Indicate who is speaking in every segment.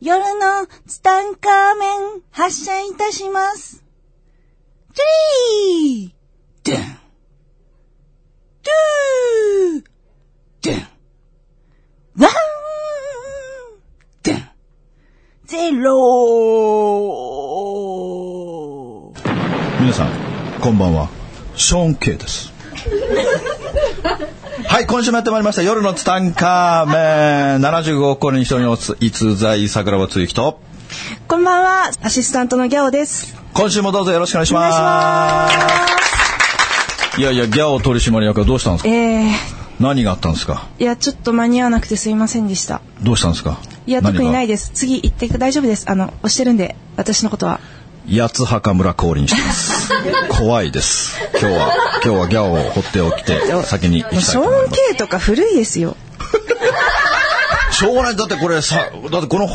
Speaker 1: 夜のツタンカーメン発射いたします。トゥリードゥントゥードゥンワンドゥンゼロー
Speaker 2: 皆さんこんばんはショーン・ケイです はい今週もやってまいりました夜のツタンカーメン75億光年に一人の逸材桜庭つゆきと
Speaker 1: こんばんは、アシスタントのギャオです。
Speaker 2: 今週もどうぞよろしくお願いしますいやいやギャオ取締役はどうしたんですか
Speaker 1: えー、
Speaker 2: 何があったんですか
Speaker 1: いや、ちょっと間に合わなくてすいませんでした。
Speaker 2: どうしたんですか
Speaker 1: いや、
Speaker 2: 何が
Speaker 1: 特にないです。次行って大丈夫です。あの、押してるんで、私のことは。
Speaker 2: 八つ墓村降臨してます 怖いです今日は今日はギャオを放っておきて先に行きたい
Speaker 1: シ
Speaker 2: と
Speaker 1: ョ
Speaker 2: 思い
Speaker 1: ーン
Speaker 2: ます
Speaker 1: K とか古いですよ。
Speaker 2: しょうがないだってこれさだってこの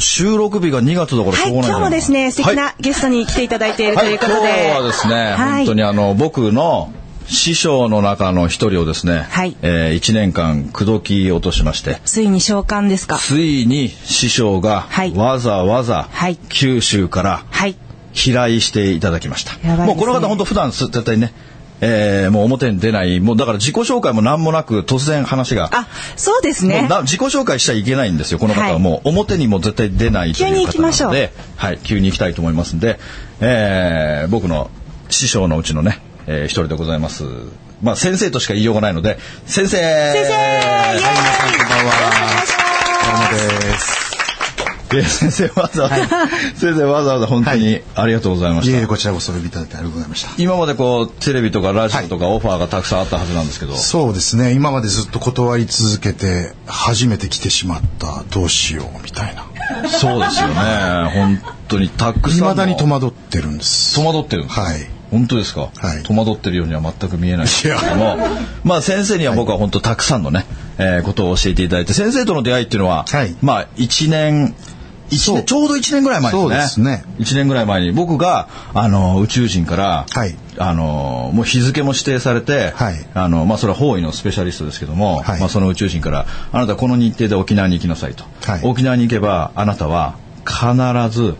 Speaker 2: 収録日が2月だから
Speaker 1: は
Speaker 2: しょ
Speaker 1: い、
Speaker 2: うが
Speaker 1: 今
Speaker 2: ないじゃ
Speaker 1: 日
Speaker 2: ん
Speaker 1: もですね、素敵
Speaker 2: は
Speaker 1: なゲストに来ていただいていると
Speaker 2: はい
Speaker 1: いうことで。
Speaker 2: 今日はですね、
Speaker 1: はい
Speaker 2: 本当にあの僕の師匠の中の一人をですね、
Speaker 1: はい
Speaker 2: え1年間口説き落としまして
Speaker 1: ついに召喚ですか。
Speaker 2: ついに師匠が
Speaker 1: はい
Speaker 2: わざわざ
Speaker 1: はい
Speaker 2: 九州から
Speaker 1: はい。
Speaker 2: 飛来していただきました、
Speaker 1: やばいですね
Speaker 2: もうこの方本当普段す絶対ね、えーもう表に出ないもうだから自己紹介も何もなく突然話が
Speaker 1: あ、そうです
Speaker 2: もう
Speaker 1: ね。
Speaker 2: な自己紹介しちゃいけないんですよ。この方
Speaker 1: は
Speaker 2: はいもう表にも絶対出ないという方なの
Speaker 1: 急に
Speaker 2: で、
Speaker 1: 行きましょう
Speaker 2: はい、急に行きたいと思いますんで、えー僕の師匠のうちのね、えー一人でございます。まあ先生としか言いようがないので、先生。先生。
Speaker 1: 先生イエーイ
Speaker 2: はい、皆さんこんばんは。えー先生わざわざ、 先生わざわざ本当にありがとうございまし
Speaker 3: い
Speaker 2: た。
Speaker 3: えいえこちらこそお呼びいただいてありがとうございました。
Speaker 2: 今までこうテレビとかラジオとかオファーがたくさんあったはずなんですけど、
Speaker 3: そうですね。今までずっと断り続けて、初めて来てしまった、どうしよう、みたいな。
Speaker 2: そうですよね。 本当にたくさんの。
Speaker 3: 未だに戸惑ってるんです。
Speaker 2: 戸惑ってるんです
Speaker 3: はい
Speaker 2: 本当ですか、
Speaker 3: はい
Speaker 2: 戸惑ってるようには全く見えないですけど
Speaker 3: い
Speaker 2: もまあ先生には僕は本当たくさんのね、えーことを教えていただいて先生との出会いっていうのは、
Speaker 3: はい
Speaker 2: まあ1年一
Speaker 3: そう
Speaker 2: 年ちょうど1年ぐらい前ですね
Speaker 3: そうですね
Speaker 2: 1年ぐらい前に僕があの宇宙人から、
Speaker 3: はい
Speaker 2: あのもう日付も指定されて、
Speaker 3: はい
Speaker 2: あのまあ、それは方位のスペシャリストですけども、
Speaker 3: はい
Speaker 2: まあ、その宇宙人から「あなたこの日程で沖縄に行きなさい」と、
Speaker 3: はい
Speaker 2: 沖縄に行けばあなたは必ず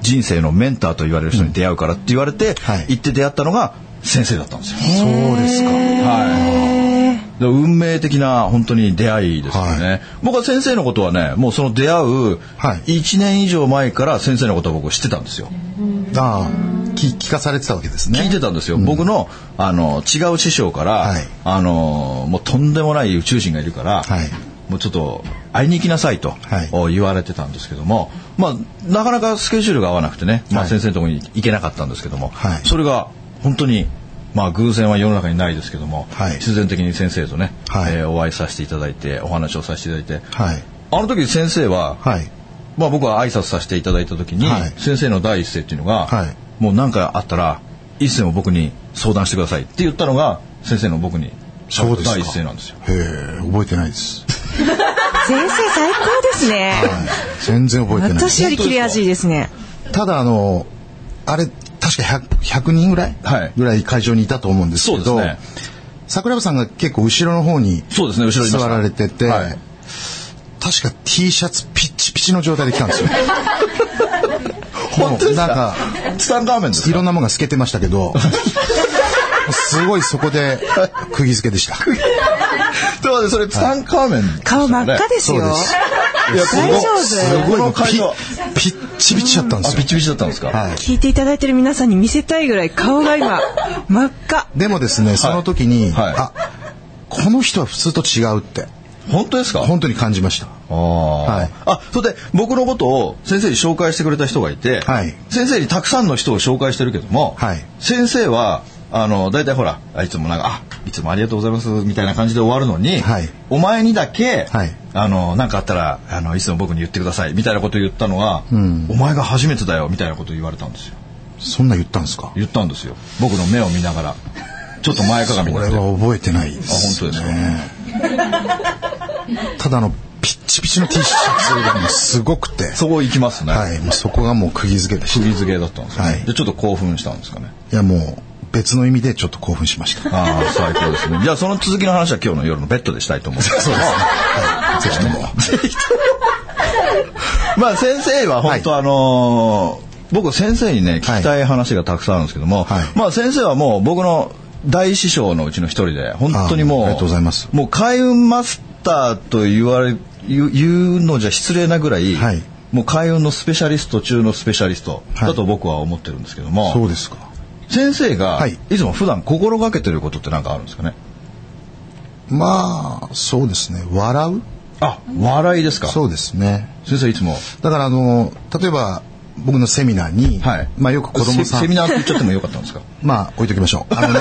Speaker 2: 人生のメンターと言われる人に出会うからって言われて、
Speaker 3: はい
Speaker 2: 行って出会ったのが先生だったんですよ。
Speaker 3: そうですか。
Speaker 2: はい、で運命的な本当に出会いですよね、
Speaker 3: は
Speaker 2: 僕は先生のことはねもうその出会う
Speaker 3: はい
Speaker 2: 1年以上前から先生のことは僕知ってたんですよ。
Speaker 3: ああ、聞聞かされてたわけです
Speaker 2: 聞い
Speaker 3: ね。
Speaker 2: てたんですよ、僕のあの違う師匠から、
Speaker 3: はい
Speaker 2: あのもうとんでもない宇宙人がいるから、
Speaker 3: はい
Speaker 2: もうちょっと会いに行きなさいと、
Speaker 3: はい
Speaker 2: お言われてたんですけども、まあ、なかなかスケジュールが合わなくてね、まあ、
Speaker 3: はい
Speaker 2: 先生のところに行けなかったんですけども、
Speaker 3: はい
Speaker 2: それが本当に、まあ、偶然は世の中にないですけども、
Speaker 3: はい
Speaker 2: 必然的に先生とね、
Speaker 3: はい
Speaker 2: えーお会いさせていただいてお話をさせていただいて、
Speaker 3: はい。
Speaker 2: あの時先生は、
Speaker 3: はい。
Speaker 2: まあ、僕は挨拶させていただいた時に、
Speaker 3: はい
Speaker 2: 先生の第一声っていうのが、
Speaker 3: はい
Speaker 2: もう何かあったら一声も僕に相談してくださいって言ったのが先生の僕に
Speaker 3: そうですか。
Speaker 2: 第一声なんですよ。
Speaker 3: へえ、覚えてないです。
Speaker 1: 先生最高ですね。
Speaker 3: はい全然覚えてないで
Speaker 1: 私
Speaker 3: す
Speaker 1: よ。り切れ味いいですね。
Speaker 3: ただ、あの、あれ、確か 100, 100人ぐらい、
Speaker 2: はい
Speaker 3: ぐらい会場にいたと思うんですけ
Speaker 2: そう
Speaker 3: ど、
Speaker 2: ですね
Speaker 3: 桜庭さんが結構後ろの方に
Speaker 2: そうですね後ろにいました
Speaker 3: 座られてて、
Speaker 2: はい
Speaker 3: 確か T シャツピッチピチの状態で来たんですよ。
Speaker 2: 本当ですか
Speaker 3: なんか
Speaker 2: ツタンカーメンです
Speaker 3: い
Speaker 2: か
Speaker 3: ろんなものが透けてましたけど、すごいそこで釘付けでした。
Speaker 2: ということでそれツタンカーメン、
Speaker 1: 顔真っ赤です
Speaker 3: そう
Speaker 1: よ。
Speaker 3: です。
Speaker 2: いや
Speaker 1: 大丈夫
Speaker 2: すごい
Speaker 3: もう
Speaker 2: この会場
Speaker 3: ピピッチピチだったんで
Speaker 2: あ
Speaker 3: す
Speaker 2: ビ
Speaker 3: よ。
Speaker 2: チビチだったんですか、
Speaker 3: はい
Speaker 1: 聞いていただいてる皆さんに見せたいぐらい顔が今、真っ赤。
Speaker 3: でもですね、その時に、
Speaker 2: はい
Speaker 3: あ、この人は普通と違うって、
Speaker 2: 本当ですか
Speaker 3: 本当に感じました。
Speaker 2: あ,、はいあそれで僕のことを先生に紹介してくれた人がいて、
Speaker 3: はい
Speaker 2: 先生にたくさんの人を紹介してるけども、
Speaker 3: はい
Speaker 2: 先生はあの大体ほらあいつもなんか「あいつもありがとうございます」みたいな感じで終わるのに、
Speaker 3: はい
Speaker 2: お前にだけ、
Speaker 3: はい
Speaker 2: あのなんかあったらあのいつも僕に言ってくださいみたいなことを言ったのが、お前が初めてだよみたいなことを言われたんですよ
Speaker 3: そんな言ったんですか
Speaker 2: 言ったんですよ僕の目を見ながらちょっと前かがみに
Speaker 3: 俺
Speaker 2: な
Speaker 3: は
Speaker 2: って
Speaker 3: 覚えてないです、
Speaker 2: あ本当ですか
Speaker 3: ただあのピッチピチの T シャツがもうすごくて、
Speaker 2: そこ行きますね、
Speaker 3: はい、もうそこがもう釘付けでした。
Speaker 2: 釘付けだったんですよ、ね
Speaker 3: はい
Speaker 2: でちょっと興奮したんですかね
Speaker 3: いやもう別の意味でちょっと興奮しました。
Speaker 2: ああ、最高 ですね。じゃあ、その続きの話は今日の夜のベッドでしたいと思います。そうですね。
Speaker 3: ぜひとも。
Speaker 2: まあ先生は本当あのー僕先生にね聞きたい話がたくさんあるんですけども、
Speaker 3: はい
Speaker 2: まあ先生はもう僕の大師匠のうちの一人で本当にもう
Speaker 3: あーありがとうございます
Speaker 2: もう開運マスターと言われ言う言うのじゃ失礼なぐらい、
Speaker 3: はい
Speaker 2: もう開運のスペシャリスト中のスペシャリストだと僕は思ってるんですけども、
Speaker 3: そうですか。
Speaker 2: 先生が
Speaker 3: はい
Speaker 2: いつも普段心がけてることって何かあるんですかね
Speaker 3: まあ、そうですね。笑う
Speaker 2: あ笑いですか
Speaker 3: そうですね。
Speaker 2: 先生いつも
Speaker 3: だから、あの、例えば、僕のセミナーに、
Speaker 2: はい
Speaker 3: まあよく子供さ
Speaker 2: セセ
Speaker 3: ん
Speaker 2: ミ、ナーって言っちゃってもよかったんですか
Speaker 3: まあ置いときましょう。あのね、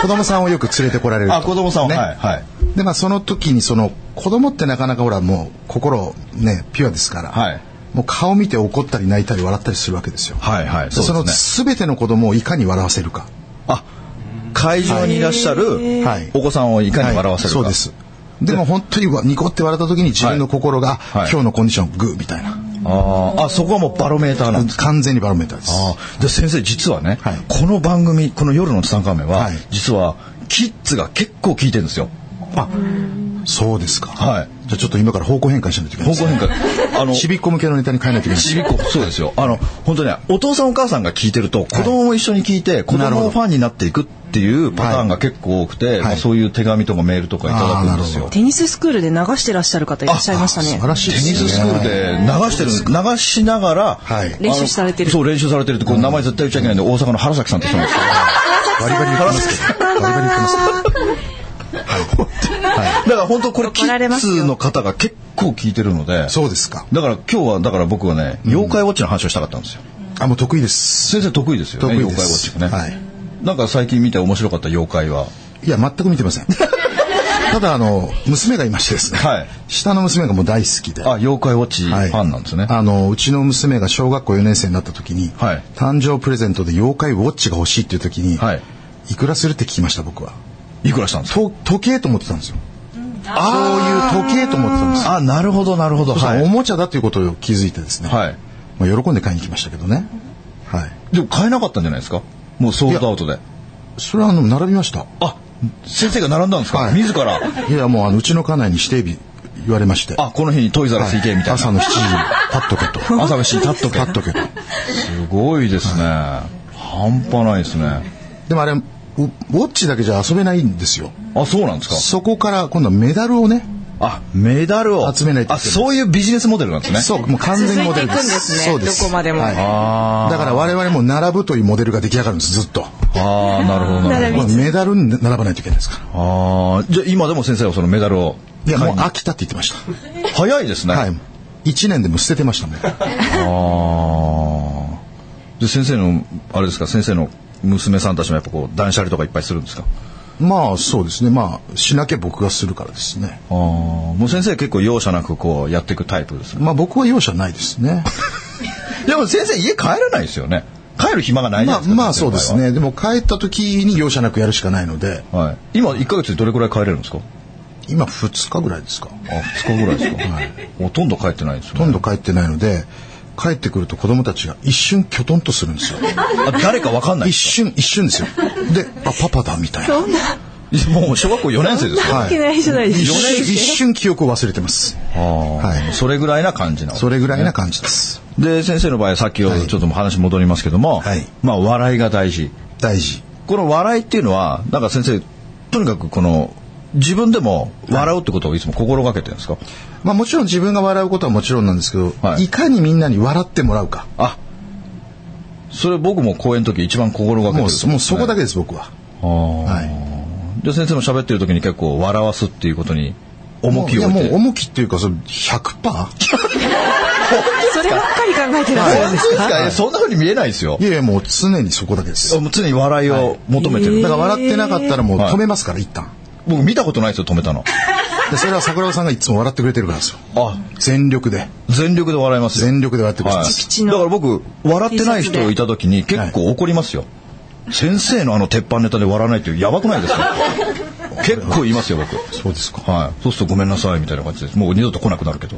Speaker 3: 子供さんをよく連れてこられる と。
Speaker 2: あ子供さんは、
Speaker 3: ね
Speaker 2: はいはい
Speaker 3: で、まあその時に、その、子供ってなかなかほら、もう心、ね、ピュアですから、
Speaker 2: はい
Speaker 3: もう顔見て怒ったり泣いたり笑ったりするわけですよ。
Speaker 2: はいはい
Speaker 3: その全ての子供をいかに笑わせるか。
Speaker 2: あ会場にいらっしゃる
Speaker 3: はい
Speaker 2: お子さんをいかに笑わせるか、
Speaker 3: はいそうです。でも本当にわニコって笑った時に自分の心
Speaker 2: は
Speaker 3: が、
Speaker 2: いはい
Speaker 3: 今日のコンディショングーみたいな
Speaker 2: あーあそこはもうバロメーターなんです
Speaker 3: 完全にバロメーターです。
Speaker 2: あーで先生実はね、
Speaker 3: はい
Speaker 2: この番組この夜のツタンカーメンは、
Speaker 3: はい
Speaker 2: 実はキッズが結構聞いてるんですよ
Speaker 3: あそうですか。
Speaker 2: はい
Speaker 3: じゃあちょっと今から方向変換しないといけない
Speaker 2: 方
Speaker 3: です
Speaker 2: 向
Speaker 3: ね。
Speaker 2: 変化あの
Speaker 3: ちびっこ向けのネタに変えないといけないです
Speaker 2: ちびっこそうですよあの本当ねお父さんお母さんが聞いてると子供も一緒に聞いて、子
Speaker 3: なる
Speaker 2: 供
Speaker 3: ほ
Speaker 2: も
Speaker 3: ど
Speaker 2: ファンになっていくっていうパターンが結構多くて、まあそういう手紙とかメールとかいただくんですよ
Speaker 3: あーなるほど
Speaker 4: テニススクールで流してらっしゃる方いらっしゃいました
Speaker 3: 素
Speaker 4: ね
Speaker 3: 晴。らしい
Speaker 2: テ
Speaker 3: で
Speaker 2: ニ
Speaker 3: すね。
Speaker 2: ススクールで流してるんです流しながら、
Speaker 3: はい
Speaker 4: 練習されてる
Speaker 2: あのそう練習されてるってこれ名前絶対言っちゃいけないんで大阪の原崎さんって人なんですけど
Speaker 3: バリバリ言ってますけど。バリバリ言ってますけど。
Speaker 2: だから本当これキ
Speaker 4: 怒られ
Speaker 2: ッ
Speaker 4: ますよ
Speaker 2: ズの方が結構聞いてるので
Speaker 3: そうですか。
Speaker 2: だから今日はだから僕はね妖怪ウォッチの話をしたかったんですよ、
Speaker 3: あもう得意です。
Speaker 2: 先生得意ですよね
Speaker 3: 得意です
Speaker 2: 妖怪ウォッチってね、
Speaker 3: はい
Speaker 2: なんか最近見て面白かった妖怪はい
Speaker 3: や全く見てません。 ただあの娘がいましてですね。
Speaker 2: はい
Speaker 3: 下の娘がもう大好きで。
Speaker 2: あ妖怪ウォッチファンなんですね、
Speaker 3: あのうちの娘が小学校4年生になった時に、
Speaker 2: はい
Speaker 3: 誕生プレゼントで妖怪ウォッチが欲しいっていう時に、
Speaker 2: はい
Speaker 3: いくらするって聞きました僕は。
Speaker 2: い、くらしたんですか
Speaker 3: と時計と思ってたんですよ。そういう時計と思ってたんですよ。
Speaker 2: あなるほどなるほど
Speaker 3: そしたら
Speaker 2: は
Speaker 3: お
Speaker 2: い
Speaker 3: もちゃだということを気づいてですね。
Speaker 2: はい
Speaker 3: まあ、喜んで買いに来ましたけどね。はい。
Speaker 2: でも買えなかったんじゃないですかもうソールドアウトで
Speaker 3: それはあの並びました。
Speaker 2: あ先生が並んだんですか、
Speaker 3: はい
Speaker 2: 自ら
Speaker 3: いやもうあのうちの家内に指定日言われまして。
Speaker 2: あこの日にトイザらス行けみたいな、
Speaker 3: 朝の7時に立っとけ と。
Speaker 2: 朝飯に立っとけ
Speaker 3: 立っとけと。
Speaker 2: すごいですね、半端ないですね
Speaker 3: でもあれ、ウウォッチだけじゃ遊べないんですよ。
Speaker 2: あそうなんですか
Speaker 3: そこから今度はメダルをね、
Speaker 2: あメダルを
Speaker 3: 集めないと
Speaker 2: あそういうビジネスモデルなんですね
Speaker 3: そう、もう完全にモデルで
Speaker 4: 続いて
Speaker 3: す。
Speaker 4: いくんですね
Speaker 3: そうです。
Speaker 4: どこまでも
Speaker 3: はい
Speaker 2: あ
Speaker 3: だから我々も並ぶというモデルが出来上がるんです、ずっと。
Speaker 2: ーあーなるほどなるほど
Speaker 3: これメダルに並ばないといけないですから。
Speaker 2: あーじゃあ今でも先生はそのメダルを
Speaker 3: いや、もう
Speaker 2: 買いに
Speaker 3: 飽きたって言ってまし
Speaker 2: 早いですね、
Speaker 3: た。はい。一年でもう捨ててましたもん。
Speaker 2: ああで先生のあれですか先生の娘さんたちもやっぱこう断捨離とかいっぱいするんですか
Speaker 3: まあそうですね。まあしなきゃ僕がするからですね。
Speaker 2: ああもう先生結構容赦なくこうやっていくタイプですね
Speaker 3: まあ僕は容赦ないで すね。
Speaker 2: でも先生家帰らないですよね帰る暇がないじゃな
Speaker 3: まあ
Speaker 2: いですか、
Speaker 3: まあ
Speaker 2: 先
Speaker 3: そ
Speaker 2: 生
Speaker 3: う
Speaker 2: の場合は
Speaker 3: ですね。でも帰った時に容赦なくやるしかないので、
Speaker 2: はい、今1か月でどれくらい帰れるんですか
Speaker 3: 今2日ぐらいですか。
Speaker 2: あ2日ぐらいですか、ほとんど帰ってないです
Speaker 3: ほと
Speaker 2: よ、
Speaker 3: ん
Speaker 2: ね、
Speaker 3: ど帰ってないので、帰ってくると子供たちが一瞬きょとんとする んですよ。
Speaker 2: あ誰かわかんない
Speaker 3: 一瞬、一瞬ですよ。で、あ、パパだみたいな。はい
Speaker 2: もう小学校4年生ですよ、
Speaker 4: いけないじゃないで
Speaker 3: 一
Speaker 4: すか。
Speaker 3: 瞬、一瞬記憶を忘れてます。
Speaker 2: あー
Speaker 3: はい
Speaker 2: それぐらいな感じなの
Speaker 3: それぐらいな感じです。
Speaker 2: で先生の場合さっきよりちょっともう話戻りますけども、
Speaker 3: はい
Speaker 2: まあ笑いが大事
Speaker 3: 大事。
Speaker 2: この笑いっていうのはなんか先生とにかくこの自分でも笑うってことをいつも心がけてるんですか、
Speaker 3: まあもちろん自分が笑うことはもちろんなんですけど、
Speaker 2: はい
Speaker 3: い、かにみんなに笑ってもらうか。
Speaker 2: あそれ僕も講演の時一番心がけてる
Speaker 3: もう、もうそこだ
Speaker 2: け
Speaker 3: けです、僕は。はい。
Speaker 2: じゃあ先生も喋ってる時に結構笑わすっていうことに重きを置い
Speaker 3: もうい
Speaker 2: て
Speaker 3: やもう重きっていうか、その 100%?
Speaker 4: そればっかり考えてらっしゃるんですか。
Speaker 2: か、えそんな風に見えないですよ
Speaker 3: いやいや、もう常にそこだけです。だか
Speaker 2: もう常に笑いを求めてる、だ
Speaker 3: ら
Speaker 2: から
Speaker 3: 笑ってなかったらもう
Speaker 2: はい
Speaker 3: 止めますから、一旦。
Speaker 2: 僕見たことないですよ止めたの
Speaker 3: でそれは桜庭さんがいつも笑ってくれてるからですよ。
Speaker 2: あ
Speaker 3: 全力で。
Speaker 2: 全力で笑いますよ
Speaker 3: 全力で笑ってくれて
Speaker 2: は
Speaker 3: ま
Speaker 2: い
Speaker 3: す。
Speaker 2: だから僕笑ってない人いた時に結構怒りますよ、先生のあの鉄板ネタで笑わないってやばくないですか結構言いますよ僕
Speaker 3: そうですか。
Speaker 2: はいそうするとごめんなさいみたいな感じですもう二度と来なくなるけど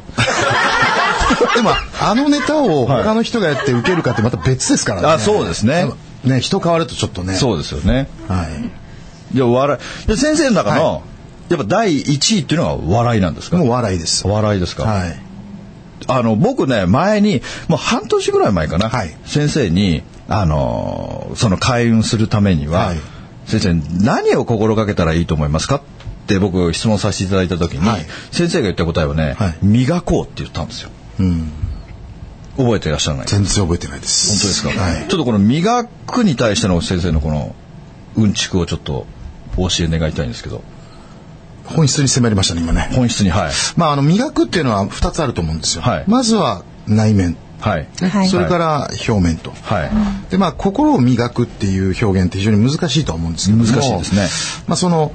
Speaker 3: でも、あのネタを他の人がやって受けるかってまた別ですからね。
Speaker 2: あそうですね。
Speaker 3: ね、人変わるとちょっとね。
Speaker 2: そうですよね
Speaker 3: はい。
Speaker 2: じゃあ笑いで先生の中の、
Speaker 3: は
Speaker 2: やっぱ第一位っていうのは笑いなんですか
Speaker 3: もう笑いです。
Speaker 2: 笑いですか、
Speaker 3: はい。
Speaker 2: あの、僕ね、前に、もう半年ぐらい前かな、
Speaker 3: はい
Speaker 2: 先生に、あのーその開運するためには、
Speaker 3: はい
Speaker 2: 先生に何を心がけたらいいと思いますかって僕質問させていただいた時に、
Speaker 3: はい
Speaker 2: 先生が言った答えはね、
Speaker 3: はい
Speaker 2: 磨こうって言ったんですよ。
Speaker 3: うん。
Speaker 2: 覚えていらっしゃらない
Speaker 3: 全然覚えてないです。
Speaker 2: 本当ですか、
Speaker 3: はい。
Speaker 2: ちょっとこの磨くに対しての先生のこのうんちくをちょっとお教え願いたいんですけど
Speaker 3: 本質に迫りましたね、今ね。
Speaker 2: 本質にはい
Speaker 3: まあ、あの、磨くっていうのは2つあると思うんですよ。
Speaker 2: はい
Speaker 3: まずは内面。
Speaker 2: はい
Speaker 4: はい
Speaker 3: それから表面と。
Speaker 2: はい
Speaker 3: でまあ、心を磨くっていう表現って非常に難しいとは思うんですけども
Speaker 2: 難しいですね、
Speaker 3: まあ、その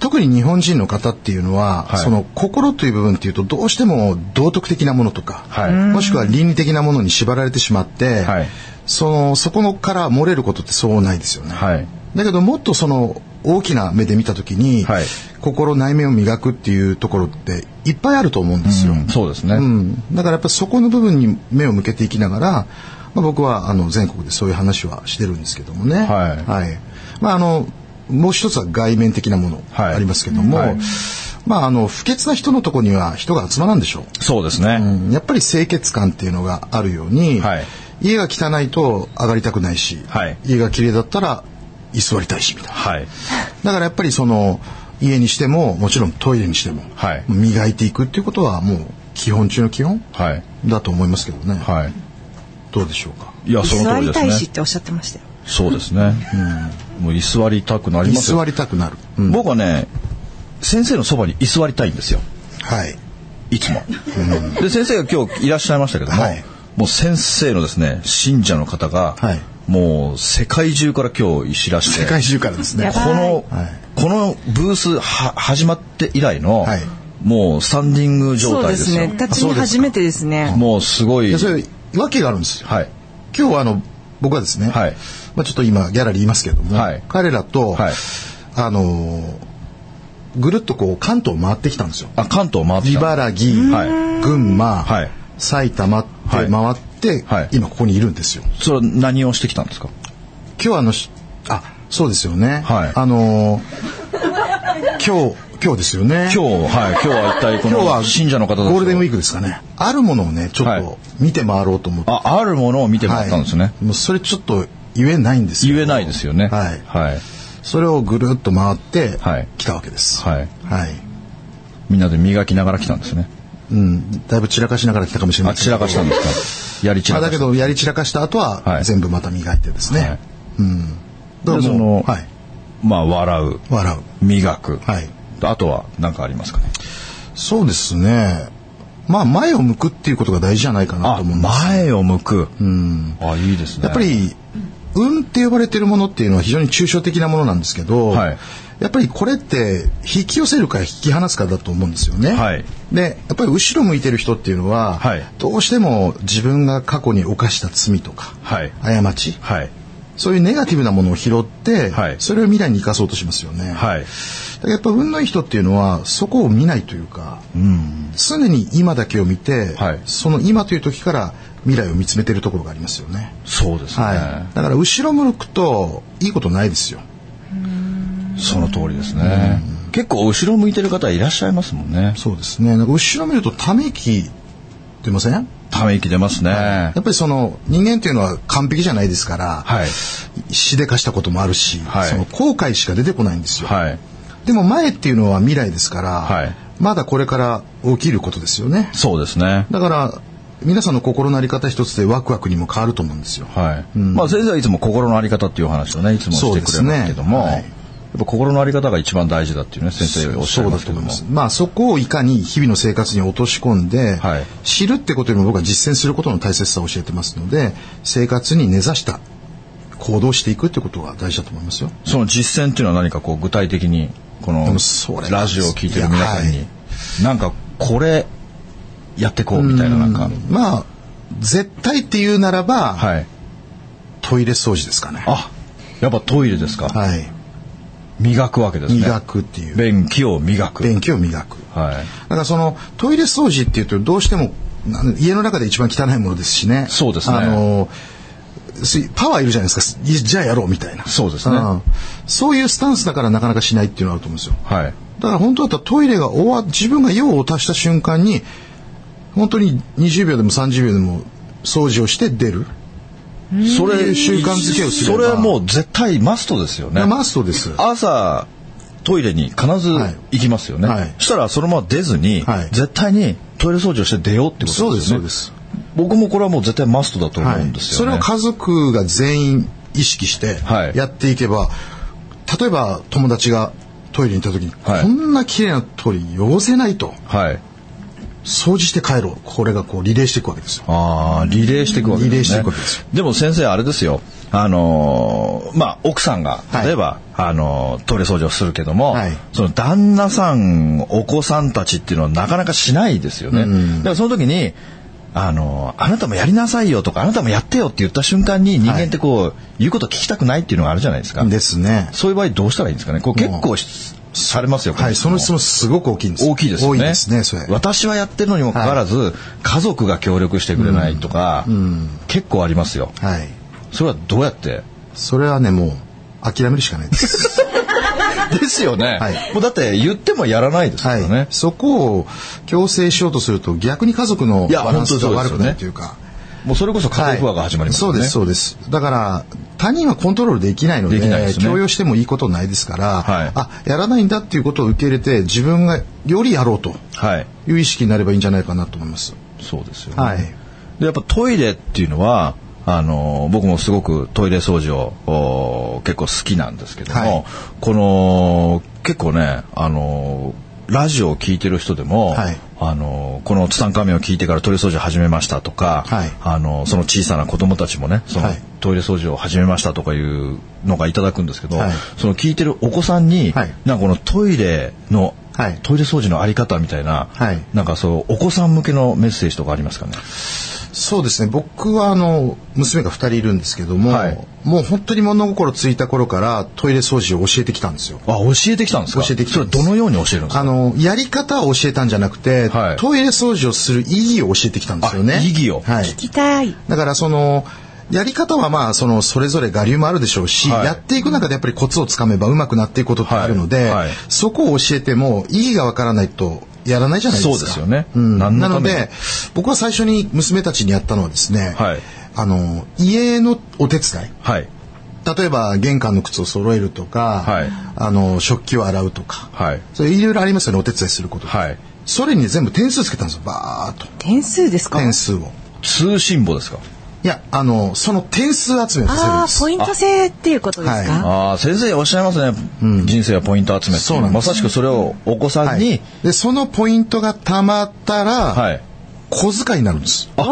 Speaker 3: 特に日本人の方っていうのは、
Speaker 2: はい
Speaker 3: その心という部分っていうとどうしても道徳的なものとか、
Speaker 2: はい
Speaker 3: もしくは倫理的なものに縛られてしまって、
Speaker 2: はい
Speaker 3: そのそこのから漏れることってそうないですよね。
Speaker 2: はい
Speaker 3: だけどもっとその大きな目で見た時に、
Speaker 2: はい
Speaker 3: 心内面を磨くっていうところっていっぱいあると思うんですよ。
Speaker 2: うんそうですね、
Speaker 3: うん、だからやっぱそこの部分に目を向けていきながら、まあ、僕はあの全国でそういう話はしてるんですけどもね、
Speaker 2: はい
Speaker 3: まあ、あのもう一つは外面的なもの
Speaker 2: はい
Speaker 3: ありますけども、
Speaker 2: はい
Speaker 3: まあ、あの不潔な人のところには人が集まらんでしょう。
Speaker 2: そうですね、
Speaker 3: うんやっぱり清潔感っていうのがあるように、
Speaker 2: はい
Speaker 3: 家が汚いと上がりたくないし、
Speaker 2: はい
Speaker 3: 家が綺麗だったら居座りたいしみたいな。
Speaker 2: はい
Speaker 3: だからやっぱりその家にしてももちろんトイレにしても、
Speaker 2: はい
Speaker 3: 磨いていくっていうことはもう基本中の基本
Speaker 2: はい
Speaker 3: だと思いますけどね、
Speaker 2: はい
Speaker 3: どうでしょうか
Speaker 2: いやその
Speaker 4: 座
Speaker 2: 通り
Speaker 4: り
Speaker 2: で
Speaker 4: たいし
Speaker 2: す
Speaker 4: っ
Speaker 2: ね
Speaker 4: ておっしゃってましたよ。
Speaker 2: そうですね、もう居座りたくなり
Speaker 3: 居
Speaker 2: ますよ
Speaker 3: 座りたくなる、うん
Speaker 2: 僕はね先生のそばに居座りたいんですよ
Speaker 3: はい
Speaker 2: いつも。で、先生が今日いらっしゃいましたけども、
Speaker 3: はい
Speaker 2: もう先生のですね、信者の方が、
Speaker 3: はい
Speaker 2: もう世界中から今日いらして、
Speaker 3: 世界中からですね
Speaker 4: や
Speaker 2: こ
Speaker 4: ばい
Speaker 2: の、
Speaker 3: はい
Speaker 2: このブースは始まって以来の、
Speaker 3: はい
Speaker 2: もうスタンディング状
Speaker 4: そう
Speaker 2: 態
Speaker 4: で
Speaker 2: ですすよ。
Speaker 4: ね。立ち見初めてですね。
Speaker 2: もうすごい、
Speaker 3: でそ
Speaker 2: は
Speaker 3: れ訳があるんですよ
Speaker 2: い、
Speaker 3: 今日はあの僕はですね、
Speaker 2: はい
Speaker 3: まあ、ちょっと今ギャラリーいますけども、
Speaker 2: はい
Speaker 3: 彼らと、
Speaker 2: はい
Speaker 3: あのーぐるっとこう関東を回ってきたんですよ
Speaker 2: あ、関東回ってきた。
Speaker 3: 茨城、
Speaker 2: はい
Speaker 3: 群馬、
Speaker 2: はい
Speaker 3: 埼玉って回って、
Speaker 2: はい
Speaker 3: 今ここにいるんですよ。
Speaker 2: それは何をしてきたんですか
Speaker 3: 今日はあのしあそうですよね。
Speaker 2: はい
Speaker 3: あのー今日今日ですよね。
Speaker 2: 今日、はい、今日は一体こ
Speaker 3: 今日
Speaker 2: の
Speaker 3: は
Speaker 2: 信者の方たちを
Speaker 3: ゴールデンウィークですかね。あるものをねちょ
Speaker 2: は
Speaker 3: っ
Speaker 2: い
Speaker 3: と見て回ろうと思って。
Speaker 2: あ、あるものを見てもら
Speaker 3: は
Speaker 2: っ
Speaker 3: い
Speaker 2: たんですね。
Speaker 3: もうそれちょっと言えないんですけど
Speaker 2: 言えないですよね。
Speaker 3: はい。
Speaker 2: はい。
Speaker 3: それをぐるっと回って
Speaker 2: はい
Speaker 3: 来たわけです。
Speaker 2: はい
Speaker 3: はい。
Speaker 2: みんなで磨きながら来たんですね。
Speaker 3: うん。だいぶ散らかしながら来たかもしれま
Speaker 2: あ
Speaker 3: せん
Speaker 2: 散らかしたんですか。やり散
Speaker 3: まあ
Speaker 2: らか
Speaker 3: だ
Speaker 2: し
Speaker 3: け
Speaker 2: た。
Speaker 3: どやり散らかした後
Speaker 2: は
Speaker 3: はい全部また磨いてですね、
Speaker 2: はい
Speaker 3: うんだから
Speaker 2: でそ
Speaker 3: も
Speaker 2: の
Speaker 3: うはい
Speaker 2: まあ笑う、
Speaker 3: 笑
Speaker 2: 磨く。
Speaker 3: うはい
Speaker 2: あとは何かありますかね。
Speaker 3: そうですねまあ前を向くっていうことが大事じゃないかなと
Speaker 2: あ、
Speaker 3: 思うんです
Speaker 2: 前を向く。
Speaker 3: うん
Speaker 2: あ、いいですね。
Speaker 3: やっぱり運って呼ばれてるものっていうのは非常に抽象的なものなんですけど、
Speaker 2: はい
Speaker 3: やっぱりこれって引き寄せるか引き離すかだと思うんですよね。
Speaker 2: はい
Speaker 3: でやっぱり後ろ向いてる人っていうのは、
Speaker 2: はい
Speaker 3: どうしても自分が過去に犯した罪とか、
Speaker 2: はい
Speaker 3: 過ち、
Speaker 2: はい
Speaker 3: そういうネガティブなものを拾って、
Speaker 2: はい
Speaker 3: それを未来に生かそうとしますよね。
Speaker 2: はい。
Speaker 3: だからやっぱ運のいい人っていうのはそこを見ないというか、
Speaker 2: うん。
Speaker 3: 常に今だけを見て、
Speaker 2: はい
Speaker 3: その今という時から未来を見つめてるところがありますよね。
Speaker 2: そうですね。
Speaker 3: はい。だから後ろ向くといいことないですよ。
Speaker 2: その通りですね。結構後ろ向いてる方いらっしゃいますもんね。
Speaker 3: そうですね。なんか後ろ見るとため息出ません？
Speaker 2: ため息出ますね
Speaker 3: や。っぱりその人間っていうのは完璧じゃないですから、
Speaker 2: はい
Speaker 3: しでかしたこともあるし、
Speaker 2: はい
Speaker 3: その後悔しか出てこないんですよ。
Speaker 2: はい。
Speaker 3: でも前っていうのは未来ですから、
Speaker 2: はい
Speaker 3: まだこれから起きることですよね。
Speaker 2: そうですね。
Speaker 3: だから皆さんの心のあり方一つでワクワクにも変わると思うんですよ。
Speaker 2: はい。まあ先生はいつも心のあり方っていうお話をね、いつもしてくれますけども、
Speaker 3: そうですねはい
Speaker 2: やっぱ心のあり方が一番大事だっていうね、先生おっしゃいますけども。
Speaker 3: そうだと思いますまあそこをいかに日々の生活に落とし込んで、
Speaker 2: はい
Speaker 3: 知るってことよりも僕は実践することの大切さを教えてますので、生活に根ざした行動をしていくってことが大事だと思いますよ。
Speaker 2: その実践っていうのは何かこう具体的にこの
Speaker 3: でもそれ
Speaker 2: ラジオを聞いてる皆さん
Speaker 3: い
Speaker 2: に
Speaker 3: や
Speaker 2: なんかこれやってこうみたいななんか
Speaker 3: まあ絶対っていうならば、
Speaker 2: はい
Speaker 3: トイレ掃除ですかね。
Speaker 2: あやっぱトイレですか、
Speaker 3: はい。
Speaker 2: 磨くわけですね
Speaker 3: 磨くっていう。
Speaker 2: 便器を磨く
Speaker 3: 便器を磨く。
Speaker 2: はい
Speaker 3: だからそのトイレ掃除っていうとどうしてもなん家の中で一番汚いものですしね。
Speaker 2: そうですね
Speaker 3: あのすパワーいるじゃないですか。いじゃあやろうみたいな。
Speaker 2: そうですね
Speaker 3: んそういうスタンスだからなかなかしないっていうのはあると思うんですよ。
Speaker 2: はい
Speaker 3: だから本当だったらトイレが終わ自分が用を足した瞬間に本当に20秒でも30秒でも掃除をして出る。
Speaker 2: それ
Speaker 3: 習慣づけをすれば
Speaker 2: それはもう絶対マストですよね
Speaker 3: マストです。
Speaker 2: 朝トイレに必ず行きますよね、
Speaker 3: はいはい
Speaker 2: そしたらそのまま出ずに、
Speaker 3: はい
Speaker 2: 絶対にトイレ掃除をして出ようってこ
Speaker 3: そ
Speaker 2: と
Speaker 3: う
Speaker 2: で
Speaker 3: で
Speaker 2: す
Speaker 3: す、そ
Speaker 2: よ
Speaker 3: うで
Speaker 2: ね
Speaker 3: す。
Speaker 2: 僕もこれはもう絶対マストだと思うんです
Speaker 3: そ
Speaker 2: よ
Speaker 3: れ
Speaker 2: ね、
Speaker 3: を家族が全員意識して
Speaker 2: はい
Speaker 3: やっていけば、例えば友達がトイレに行った時に、
Speaker 2: はい
Speaker 3: こんな綺麗なトイレ汚せないと
Speaker 2: はい
Speaker 3: 掃除して帰ろうこれがこうリレーしていくわけですよ。
Speaker 2: ああリレーしていくわけですね
Speaker 3: リレーしていくわけですよ
Speaker 2: でも先生あれですよあのーまあ奥さんが
Speaker 3: はい
Speaker 2: 例えば、あのートイレ掃除をするけども、
Speaker 3: はい
Speaker 2: その旦那さんお子さんたちっていうのはなかなかしないですよね、だからその時にあのーあなたもやりなさいよとかあなたもやってよって言った瞬間に人間ってこう、言うこと聞きたくないっていうのがあるじゃないですか、
Speaker 3: ですね。
Speaker 2: そういう場合どうしたらいいんですかねこう結構しされますよ
Speaker 3: はい、その質問すごく大きいんです。
Speaker 2: 大きいですよね
Speaker 3: 多いですね、それ。
Speaker 2: 私はやってるのにもかかわらず、家族が協力してくれないとか、結構ありますよ
Speaker 3: はい。
Speaker 2: それはどうやって
Speaker 3: それはね、もう諦めるしかない です。
Speaker 2: ですよね、
Speaker 3: はい
Speaker 2: もうだって言ってもやらないですか
Speaker 3: は
Speaker 2: ら
Speaker 3: い、
Speaker 2: ね、
Speaker 3: そこを強制しようとすると逆に家族の
Speaker 2: いや
Speaker 3: バランスが
Speaker 2: 本当に
Speaker 3: 悪
Speaker 2: そうですよね
Speaker 3: くなるというか。
Speaker 2: もうそれこそ家族話が始まりますよね、
Speaker 3: はいそうですそうですだから他人はコントロールできないので
Speaker 2: できないですね
Speaker 3: 強要してもいいことないですから、
Speaker 2: はい
Speaker 3: あやらないんだっていうことを受け入れて自分がよりやろうと
Speaker 2: はい
Speaker 3: いう意識になればいいんじゃないかなと思います
Speaker 2: そうですよね、
Speaker 3: はい
Speaker 2: でやっぱトイレっていうのはあの僕もすごくトイレ掃除をお結構好きなんですけども、
Speaker 3: はい
Speaker 2: この結構ねあのラジオを聞いてる人でも、
Speaker 3: はい
Speaker 2: あのこのツタンカーメンを聞いてからトイレ掃除を始めましたとか、
Speaker 3: はい
Speaker 2: あのその小さな子供たちもねその、
Speaker 3: はい
Speaker 2: トイレ掃除を始めましたとかいうのがいただくんですけど、
Speaker 3: はい
Speaker 2: その聞いてるお子さんに、
Speaker 3: はい
Speaker 2: なんかこのトイレの、
Speaker 3: はい
Speaker 2: トイレ掃除のあり方みたいな、
Speaker 3: はい
Speaker 2: なんかそうお子さん向けのメッセージとかありますかね。
Speaker 3: そうですね僕はあの娘が2人いるんですけども、
Speaker 2: はい
Speaker 3: もう本当に物心ついた頃からトイレ掃除を教えてきたんですよ
Speaker 2: あ教えてきたんですか。
Speaker 3: 教えてきたんです
Speaker 2: それどのように教えるんです
Speaker 3: あ
Speaker 2: か。
Speaker 3: のやり方を教えたんじゃなくて、
Speaker 2: はい
Speaker 3: トイレ掃除をする意義を教えてきたんですよね
Speaker 2: あ意義を
Speaker 3: はい、
Speaker 4: 聞きたい。
Speaker 3: だからそのやり方はまあそのそれぞれ我流もあるでしょうし、
Speaker 2: はい
Speaker 3: やっていく中でやっぱりコツをつかめばうまくなっていくことってあるので、
Speaker 2: はいはい
Speaker 3: そこを教えても意義がわからないとやらないじゃないですか。
Speaker 2: そうですよね
Speaker 3: ん
Speaker 2: 何の
Speaker 3: な
Speaker 2: ため
Speaker 3: の
Speaker 2: に
Speaker 3: で僕は最初に娘たちにやったのはですね、
Speaker 2: はい
Speaker 3: あの家のお手伝い
Speaker 2: はい
Speaker 3: 例えば玄関の靴を揃えるとか、
Speaker 2: はい
Speaker 3: あの食器を洗うとか、
Speaker 2: はい
Speaker 3: それいろいろありますよねお手伝いすること、
Speaker 2: はい。
Speaker 3: それに全部点数つけたんですよバーっと
Speaker 4: 点数ですか
Speaker 3: 点数を。
Speaker 2: 通信簿ですか。
Speaker 3: いや、あの、その点数集めをさせるん
Speaker 4: あ
Speaker 3: で
Speaker 4: あ、
Speaker 3: す
Speaker 4: ポ。イント制っていうことですか、
Speaker 2: ああ先生おっしゃいますね。人生はポイント集めってい。
Speaker 3: そうなんです
Speaker 2: まさしくそれをお子さ
Speaker 3: は
Speaker 2: んに、
Speaker 3: い、で、そのポイントがたまったら、
Speaker 2: はい
Speaker 3: 小遣いになるんです。
Speaker 4: わ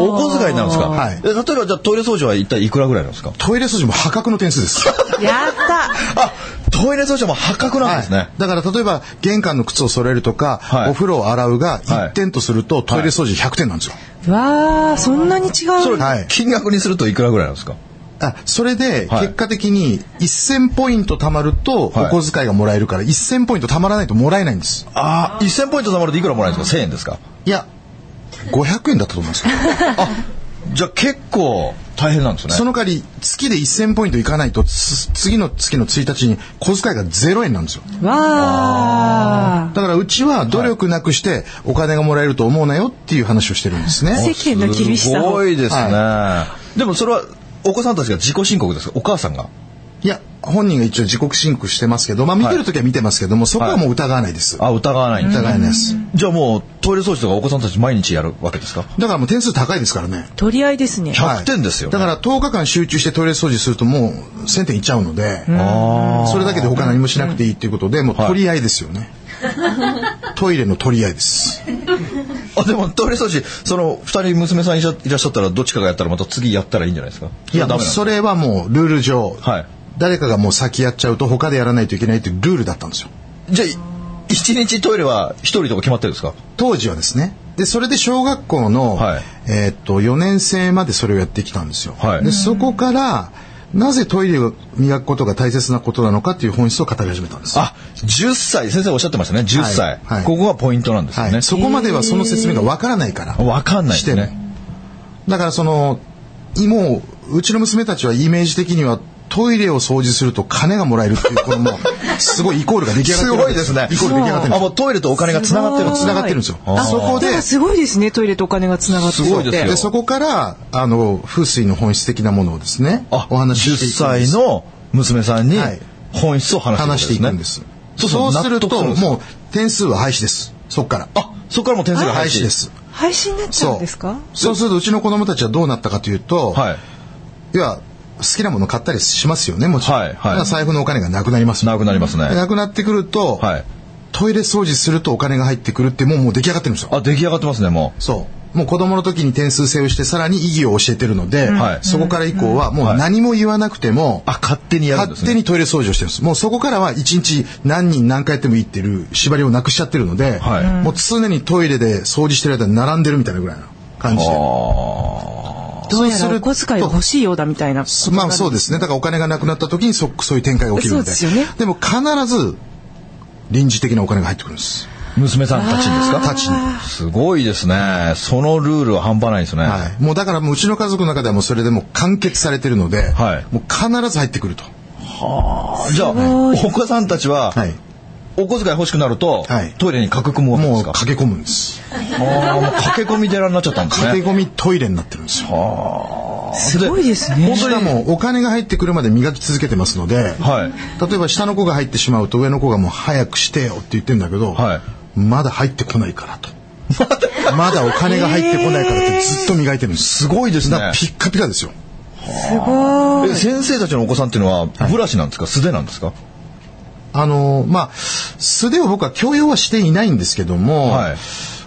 Speaker 2: お小遣いになるんですか。
Speaker 3: はい
Speaker 2: え例えばじゃあトイレ掃除は一体いくらぐらいなんですか。
Speaker 3: トイレ掃除も破格の点 数です。
Speaker 4: おやった
Speaker 2: あトイレ掃除はもう破格なんですね。
Speaker 3: はいだから例えば玄関の靴を揃えるとか、
Speaker 2: はい
Speaker 3: お風呂を洗うが
Speaker 2: はい
Speaker 3: 1点とすると、トイレ掃除100点なんですよ。
Speaker 4: わあ、そんなに違
Speaker 2: それ
Speaker 4: う。
Speaker 3: はい
Speaker 2: 金額にするといくらぐらいなんですか。
Speaker 3: あそれで
Speaker 2: はい
Speaker 3: 結果的に1000ポイント貯まるとお
Speaker 2: はい
Speaker 3: 小遣いがもらえるから1000ポイント貯まらないともらえないんです。
Speaker 2: ああ1000ポイント貯まるといくらもらえるんですか。1000円 ですか。
Speaker 3: いや500円だったと思うんですけど
Speaker 2: じゃあ結構大変なんですね。
Speaker 3: その代わり月で1000ポイントいかないとつ次の月の1日に小遣いが0円なんですよ。
Speaker 4: わあ。
Speaker 3: だからうちは努力なくしてお金がもらえると思うなよっていう話をしてるんですね。
Speaker 4: 世間の厳し
Speaker 2: す
Speaker 4: さを
Speaker 2: ご。いですね、でもそれはお子さんたちが自己申告ですかお母さんが
Speaker 3: いや、本人が一応自己申告してますけど、まあ見てる時は見てますけども、そこはもう疑わないです。
Speaker 2: あ疑わないんですね
Speaker 3: 疑わないです。
Speaker 2: じゃあもうトイレ掃除とかお子さんたち毎日やるわけですか
Speaker 3: だからもう点数高いですからね。
Speaker 4: 取り合いですね。
Speaker 2: 100点ですよね
Speaker 3: だから10日間集中してトイレ掃除するともう1000点いっちゃうので、それだけで他何もしなくていいっていうことで、もう取り合いですよ ね。トイレの取り合いです。
Speaker 2: あでもトイレ掃除その2人娘さんいらいらっしゃったらどっちかがやったらまた次やったらいいんじゃないですか
Speaker 3: い
Speaker 2: ダ
Speaker 3: や、
Speaker 2: メなんです
Speaker 3: それはもうルール上、
Speaker 2: はい
Speaker 3: 誰かがもう先やっちゃうと他でやらないといけないっていうルールだったんですよ。
Speaker 2: じゃあ1日トイレは1人とか決まってるんですか
Speaker 3: 当時はですねでそれで小学校の、
Speaker 2: はい
Speaker 3: えーっと4年生までそれをやってきたんですよ、
Speaker 2: はい
Speaker 3: でそこからなぜトイレを磨くことが大切なことなのかっていう本質を語り始めたんです
Speaker 2: あ10歳先生おっしゃってましたね10歳、
Speaker 3: はいはい
Speaker 2: ここがポイントなんですよ
Speaker 3: は
Speaker 2: ね、
Speaker 3: いそこまではその説明がわからないから
Speaker 2: わかんないですね
Speaker 3: してもだからそのいもううちの娘たちはイメージ的にはトイレを掃除すると金がもらえるっていう、こ のもう、すごいイコールが出来上がって
Speaker 2: す
Speaker 3: る。
Speaker 2: ごいですね。
Speaker 3: イコール出来上がってるん
Speaker 2: あ、
Speaker 3: です
Speaker 2: もうトイレとお金が繋がってるんです
Speaker 3: 繋がってるんですよ。
Speaker 2: あ
Speaker 3: そこ
Speaker 4: だか
Speaker 3: で
Speaker 4: ら、すごいですねトイレとお金がつながって
Speaker 2: すごいですよ
Speaker 3: でそこからあの風水の本質的なものをですね
Speaker 2: あ、
Speaker 3: お話ししていくんで
Speaker 2: 10歳
Speaker 3: す
Speaker 2: の娘さんに
Speaker 3: はい
Speaker 2: 本質を話
Speaker 3: 話
Speaker 2: し
Speaker 3: してて
Speaker 2: い
Speaker 3: い
Speaker 2: く
Speaker 3: く
Speaker 2: わけ
Speaker 3: ん
Speaker 2: で
Speaker 3: ですす
Speaker 2: ね。
Speaker 3: そうすると
Speaker 2: もう、
Speaker 3: もう点数は廃止ですそっから
Speaker 2: あ、そこからもう点数が廃
Speaker 3: 廃止
Speaker 2: 止
Speaker 3: で
Speaker 2: です。
Speaker 3: す
Speaker 4: 廃止になっちゃうん
Speaker 3: そ
Speaker 4: ですか
Speaker 3: うそうするとうちの子供たちはどうなったかというと、
Speaker 2: はい。
Speaker 3: 要は好きなもの買ったりしますよねもちろん、
Speaker 2: はいはい
Speaker 3: だから財布のお金がなくなります
Speaker 2: なくなりますね。
Speaker 3: なくなってくると、
Speaker 2: はい。
Speaker 3: トイレ掃除するとお金が入ってくるってもうもう出来上がってるんですよ
Speaker 2: あ、出来上がってますね、もう。
Speaker 3: そう。もう子供の時に点数制をしてさらに意義を教えてるので、
Speaker 2: はい
Speaker 3: そこから以降はもう何も言わなくても、
Speaker 2: あ、勝手にやるんです
Speaker 3: 勝
Speaker 2: ね。
Speaker 3: 手にトイレ掃除をしてるんです。もうそこからは一日何人何回やってもいいっていう縛りをなくしちゃってるので、
Speaker 2: はい
Speaker 3: もう常にトイレで掃除してる間に並んでるみたいなぐらいの感じで。
Speaker 4: どうや
Speaker 3: そ
Speaker 4: らお小遣いが欲しいようだみたいなことにな
Speaker 3: ま
Speaker 4: る
Speaker 3: あそうですね。だからお金がなくなった時にそそういう展開が起きるので。
Speaker 4: そうですよね
Speaker 3: でも必ず臨時的なお金が入ってくるんです。
Speaker 2: 娘さんたちにですか
Speaker 3: たちに。
Speaker 2: すごいですね。そのルールは半端ないですね。
Speaker 3: はい。もうだからもううちの家族の中ではもうそれでもう完結されてるので、
Speaker 2: はい
Speaker 3: もう必ず入ってくると。
Speaker 2: じゃあ、お子さんたちは、
Speaker 3: はい。
Speaker 2: お小遣い欲しくなると、
Speaker 3: はい
Speaker 2: トイレに駆け込むわけで
Speaker 3: も
Speaker 2: す
Speaker 3: う
Speaker 2: か
Speaker 3: 駆け込むんです。
Speaker 2: あーもう駆け込み寺になっちゃったんです
Speaker 3: 駆
Speaker 2: ね。
Speaker 3: け込みトイレになってるんですよ。
Speaker 4: すごいですね
Speaker 3: しかもお金が入ってくるまで磨き続けてますので、
Speaker 2: はい。
Speaker 3: 例えば下の子が入ってしまうと上の子がもう早くしてよって言ってるんだけど、
Speaker 2: はい
Speaker 3: まだ入ってこないから と。まだお金が入ってこないからってずっと磨いてるんです。
Speaker 2: すごいですね
Speaker 3: だからピッカピカですよ。
Speaker 4: すごい
Speaker 2: え先生たちのお子さんっていうのは、ブラシなんですか素手なんですか
Speaker 3: あのーまあ、素手を僕は強要はしていないんですけども、
Speaker 2: はい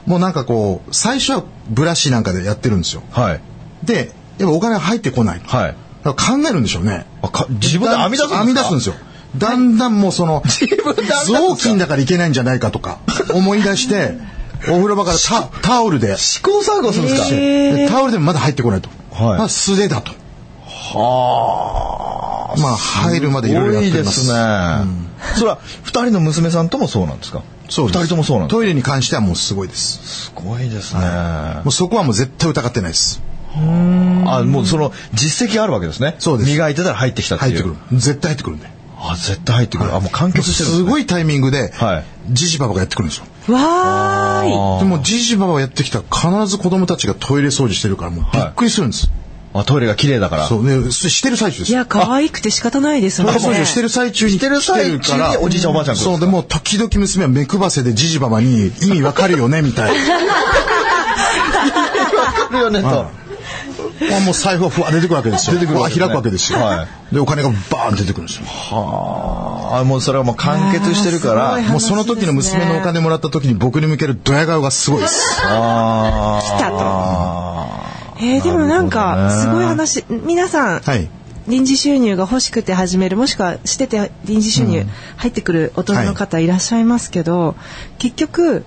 Speaker 3: もうなんかこう、最初はブラシなんかでやってるんですよ。
Speaker 2: はい。
Speaker 3: で、やっぱお金が入ってこない。
Speaker 2: はい。
Speaker 3: だから考えるんでしょうね。
Speaker 2: あか自分で編み出すんですか
Speaker 3: 編み出すんですよ。だんだんもう その、
Speaker 2: 分で編み出すんですか
Speaker 3: 雑巾だからいけないんじゃないかとか、思い出して、 お風呂場からタタオルで、
Speaker 2: 試行錯誤するんですか、
Speaker 3: でタオルでもまだ入ってこないと。
Speaker 2: はい
Speaker 3: まあ素手だと。はあ。まあ入るまでいろいろやってます。
Speaker 2: すごいですね。それは、二人の娘さんともそうなんですか
Speaker 3: そうです
Speaker 2: 二人ともそうなんです
Speaker 3: トイレに関してはもうすごいです。
Speaker 2: すごいですね。
Speaker 3: もうそこはもう絶対疑ってないです。
Speaker 2: あ、もうその、実績があるわけですね。
Speaker 3: そうです
Speaker 2: 磨いてたら入ってきたっていう。
Speaker 3: 入ってくる。絶対入ってくるんで。
Speaker 2: あ、絶対入ってくる。あ、もう完結してるんですす、ね。
Speaker 3: ごいタイミングで
Speaker 2: はい、
Speaker 3: ジジババがやってくるんですよ。
Speaker 4: わーい
Speaker 3: でもジジババやってきたら必ず子供たちがトイレ掃除してるからもうびっくりするんです。
Speaker 2: あ、トイレが綺麗だから。
Speaker 3: そうね、すしてる最中です。
Speaker 4: いや可愛くて仕方ないです
Speaker 3: トイ
Speaker 4: ね
Speaker 3: レ掃除をしてる最中に
Speaker 2: してる最中におじいちゃんおばあちゃん来るん
Speaker 3: そ
Speaker 2: ですか
Speaker 3: うでもう時々娘は目配せでジジババに意味わかるよねみた いな
Speaker 2: あるよね、と。
Speaker 3: あもう財布がふわ出てくるわけですよ
Speaker 2: 出てくるわけですね
Speaker 3: わ開くわけですよ、
Speaker 2: は
Speaker 3: でお金がバーン出てくるんですよ
Speaker 2: はあ、もうそれはもう完結してるから。
Speaker 4: いやーすごい話
Speaker 3: もうその時の娘のお金もらった時に僕に向けるドヤ顔がすごいです
Speaker 2: あ ー
Speaker 4: 来たと
Speaker 2: あ
Speaker 4: えーでもなんかすごい話皆さん
Speaker 3: はい
Speaker 4: 臨時収入が欲しくて始めるもしくはしてて臨時収入入ってくる大人の方いらっしゃいますけど、結局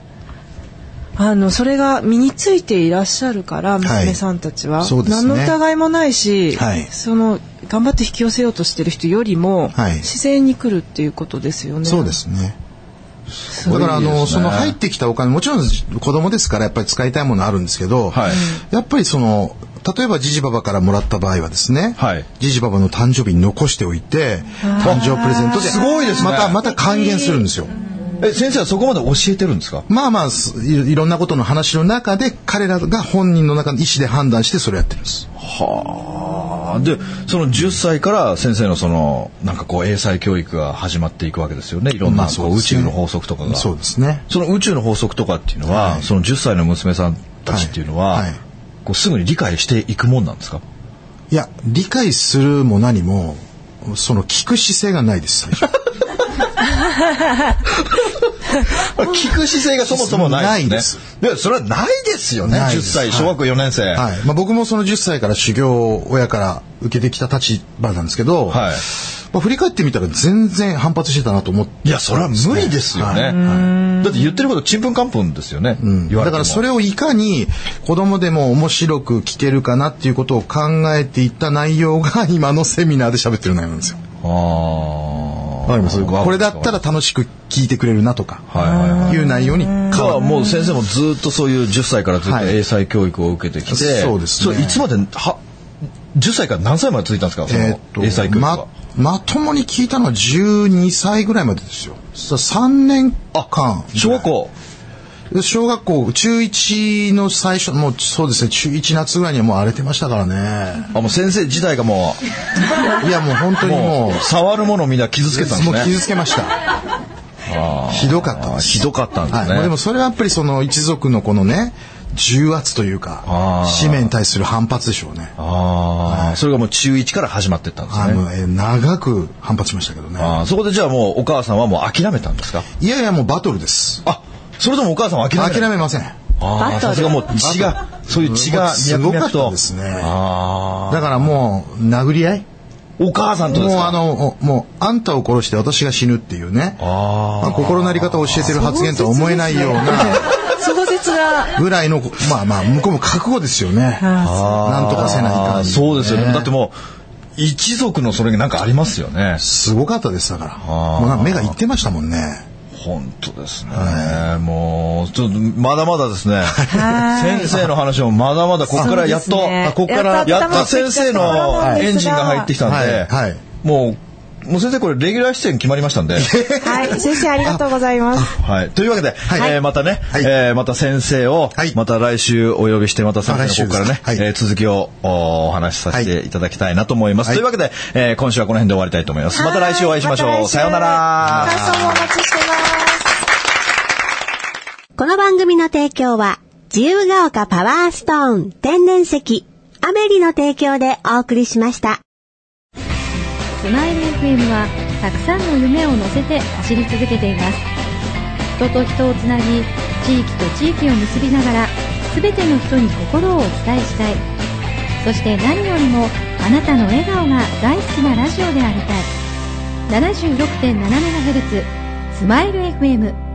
Speaker 4: あのそれが身についていらっしゃるから娘さんたちは、
Speaker 3: そうです
Speaker 4: 何
Speaker 3: ね
Speaker 4: の疑いもないし、
Speaker 3: はい
Speaker 4: その頑張って引き寄せようとしてる人よりも、
Speaker 3: はい
Speaker 4: 自然に来るっていうことですよね。
Speaker 3: そうですね
Speaker 2: ご
Speaker 3: だ
Speaker 2: いですね
Speaker 3: からあのその入ってきたお金もちろん子供ですからやっぱり使いたいものあるんですけど、
Speaker 2: はい
Speaker 3: やっぱりその例えばジジババからもらった場合はですね、
Speaker 2: はい
Speaker 3: ジジババの誕生日に残しておいて誕生日プレゼントです
Speaker 2: ごいですね
Speaker 3: またまた還元するんですよ。
Speaker 2: ーえ、先生はそこまで教えてるんですか
Speaker 3: まあまあすいいろんなことの話の中で彼らが本人の中の意思で判断してそれやってるんです。
Speaker 2: あーで、その10歳から先生のその、なんかこう、英才教育が始まっていくわけですよね。いろん
Speaker 3: ま
Speaker 2: な
Speaker 3: あそ
Speaker 2: こ
Speaker 3: う
Speaker 2: う
Speaker 3: で
Speaker 2: 宇
Speaker 3: すね
Speaker 2: 宙の法則とかが。
Speaker 3: そうですね。
Speaker 2: その宇宙の法則とかっていうのは、その10歳の娘さんたちっていうのは、
Speaker 3: はいはい
Speaker 2: こうすぐに理解していくもんなんですか
Speaker 3: いや理解するも何もその聞く姿勢がないです最初。
Speaker 2: 聞く姿勢がそもそもないですね。いや、それはないですよね。
Speaker 3: ない
Speaker 2: 10
Speaker 3: です
Speaker 2: 歳、小学校4年生。
Speaker 3: はいまあ、僕もその10歳から修行を親から受けてきた立場なんですけど、
Speaker 2: はい
Speaker 3: まあ、振り返ってみたら全然反発してたなと思って、
Speaker 2: いや、それは無理ですよね。だって言ってることちんぷんかんぷんですよね。言われても
Speaker 3: だからそれをいかに子供でも面白く聞けるかなっていうことを考えていった内容が今のセミナーで喋ってる内容なんですよ。
Speaker 2: ああ。
Speaker 3: わかります
Speaker 2: わ
Speaker 3: これだったら楽しく聞いてくれるなとか、、
Speaker 2: はいはいはい
Speaker 3: う内容に変
Speaker 2: か
Speaker 3: わ
Speaker 2: はもう先生もずっとそういう10歳からずっと
Speaker 3: はい
Speaker 2: 英才教育を受けてきて、
Speaker 3: そうですね
Speaker 2: れいつまでは10歳から何歳まで続いたんですかそ
Speaker 3: えーっ
Speaker 2: の英才教育
Speaker 3: と
Speaker 2: は、
Speaker 3: まともに聞いたのは12歳ぐらいまでですよ。さ3年間。
Speaker 2: 小学校。
Speaker 3: で小学校、中1の最初、もうそうですね、中1夏ぐらいにはもう荒れてましたからね。
Speaker 2: あ、もう先生自体がも
Speaker 3: いや、もう本当
Speaker 2: う、
Speaker 3: にも
Speaker 2: も
Speaker 3: う
Speaker 2: う、、触るものをみんな傷つけたんです
Speaker 3: もう
Speaker 2: ね。
Speaker 3: 傷つけました。ひどかった
Speaker 2: あ
Speaker 3: で
Speaker 2: ー
Speaker 3: す。
Speaker 2: ひどかったんですね。
Speaker 3: はい、でもそれはやっぱりその一族のこのね重圧という
Speaker 2: あ
Speaker 3: か
Speaker 2: ー
Speaker 3: 使命に対する反発でしょうね
Speaker 2: ああ、それがもう中1から始まってったんです
Speaker 3: あ
Speaker 2: ね。
Speaker 3: の、えー長く反発しましたけどね
Speaker 2: あーそこでじゃあもうお母さんはもう諦めたんですか
Speaker 3: いやいやもうバトルです
Speaker 2: あ、それともお母さんは諦めた
Speaker 3: 諦めませんだ
Speaker 2: あ
Speaker 4: バト
Speaker 2: あ、
Speaker 4: ル
Speaker 2: さすがもう血が、そういう血が脈々と。
Speaker 3: もうすごかったですね
Speaker 2: ああ。
Speaker 3: からもう殴り合い
Speaker 2: お母さんとです
Speaker 3: もう
Speaker 2: か
Speaker 3: あのおもうあんたを殺して私が死ぬっていうね
Speaker 2: あー
Speaker 3: まあ心なり方を教えてる発言とは思えないような
Speaker 4: 壮絶が
Speaker 3: ぐらいのまあまあ向こうも覚悟ですよねなんとかせないか
Speaker 2: あー
Speaker 3: ん
Speaker 2: そうですよね。だってもう、一族のそれがなんかありますよね。
Speaker 3: すごかったですだから
Speaker 2: あー
Speaker 3: もうなんか目がいってましたもんね
Speaker 2: 本当ですね。もう、ちょっと、まだまだですね。
Speaker 4: はい
Speaker 2: 先生の話もまだまだ、ここからやっと、
Speaker 4: そうですね
Speaker 2: あここから、
Speaker 4: や
Speaker 2: や
Speaker 4: っと
Speaker 2: っと先生
Speaker 4: 頭
Speaker 2: の
Speaker 4: が
Speaker 2: エンジンが入ってきたんで、
Speaker 3: はいはい
Speaker 2: もう、もう先生これレギュラー出演決まりましたんで。
Speaker 4: はい先生ありがとうございます
Speaker 2: はい。というわけで、
Speaker 3: はい
Speaker 2: えーまたね、
Speaker 3: はい
Speaker 2: えーまた先生を、
Speaker 3: はい
Speaker 2: また来週お呼びして、また先生の方からね、
Speaker 3: あ来週ですかはい
Speaker 2: えー続きをおお話しさせていただきたいなと思います。
Speaker 3: はい
Speaker 2: というわけで、えー今週はこの辺で終わりたいと思います。また来週お会いしましょう。
Speaker 4: はいた来週
Speaker 2: さようなら。
Speaker 4: 感想もお待ちしてます
Speaker 5: この番組の提供は、自由が丘パワーストーン天然石、アメリの提供でお送りしました。
Speaker 6: スマイル FM はたくさんの夢を乗せて走り続けています人と人をつなぎ地域と地域を結びながら全ての人に心をお伝えしたいそして何よりもあなたの笑顔が大好きなラジオでありたい 76.7MHz スマイル FM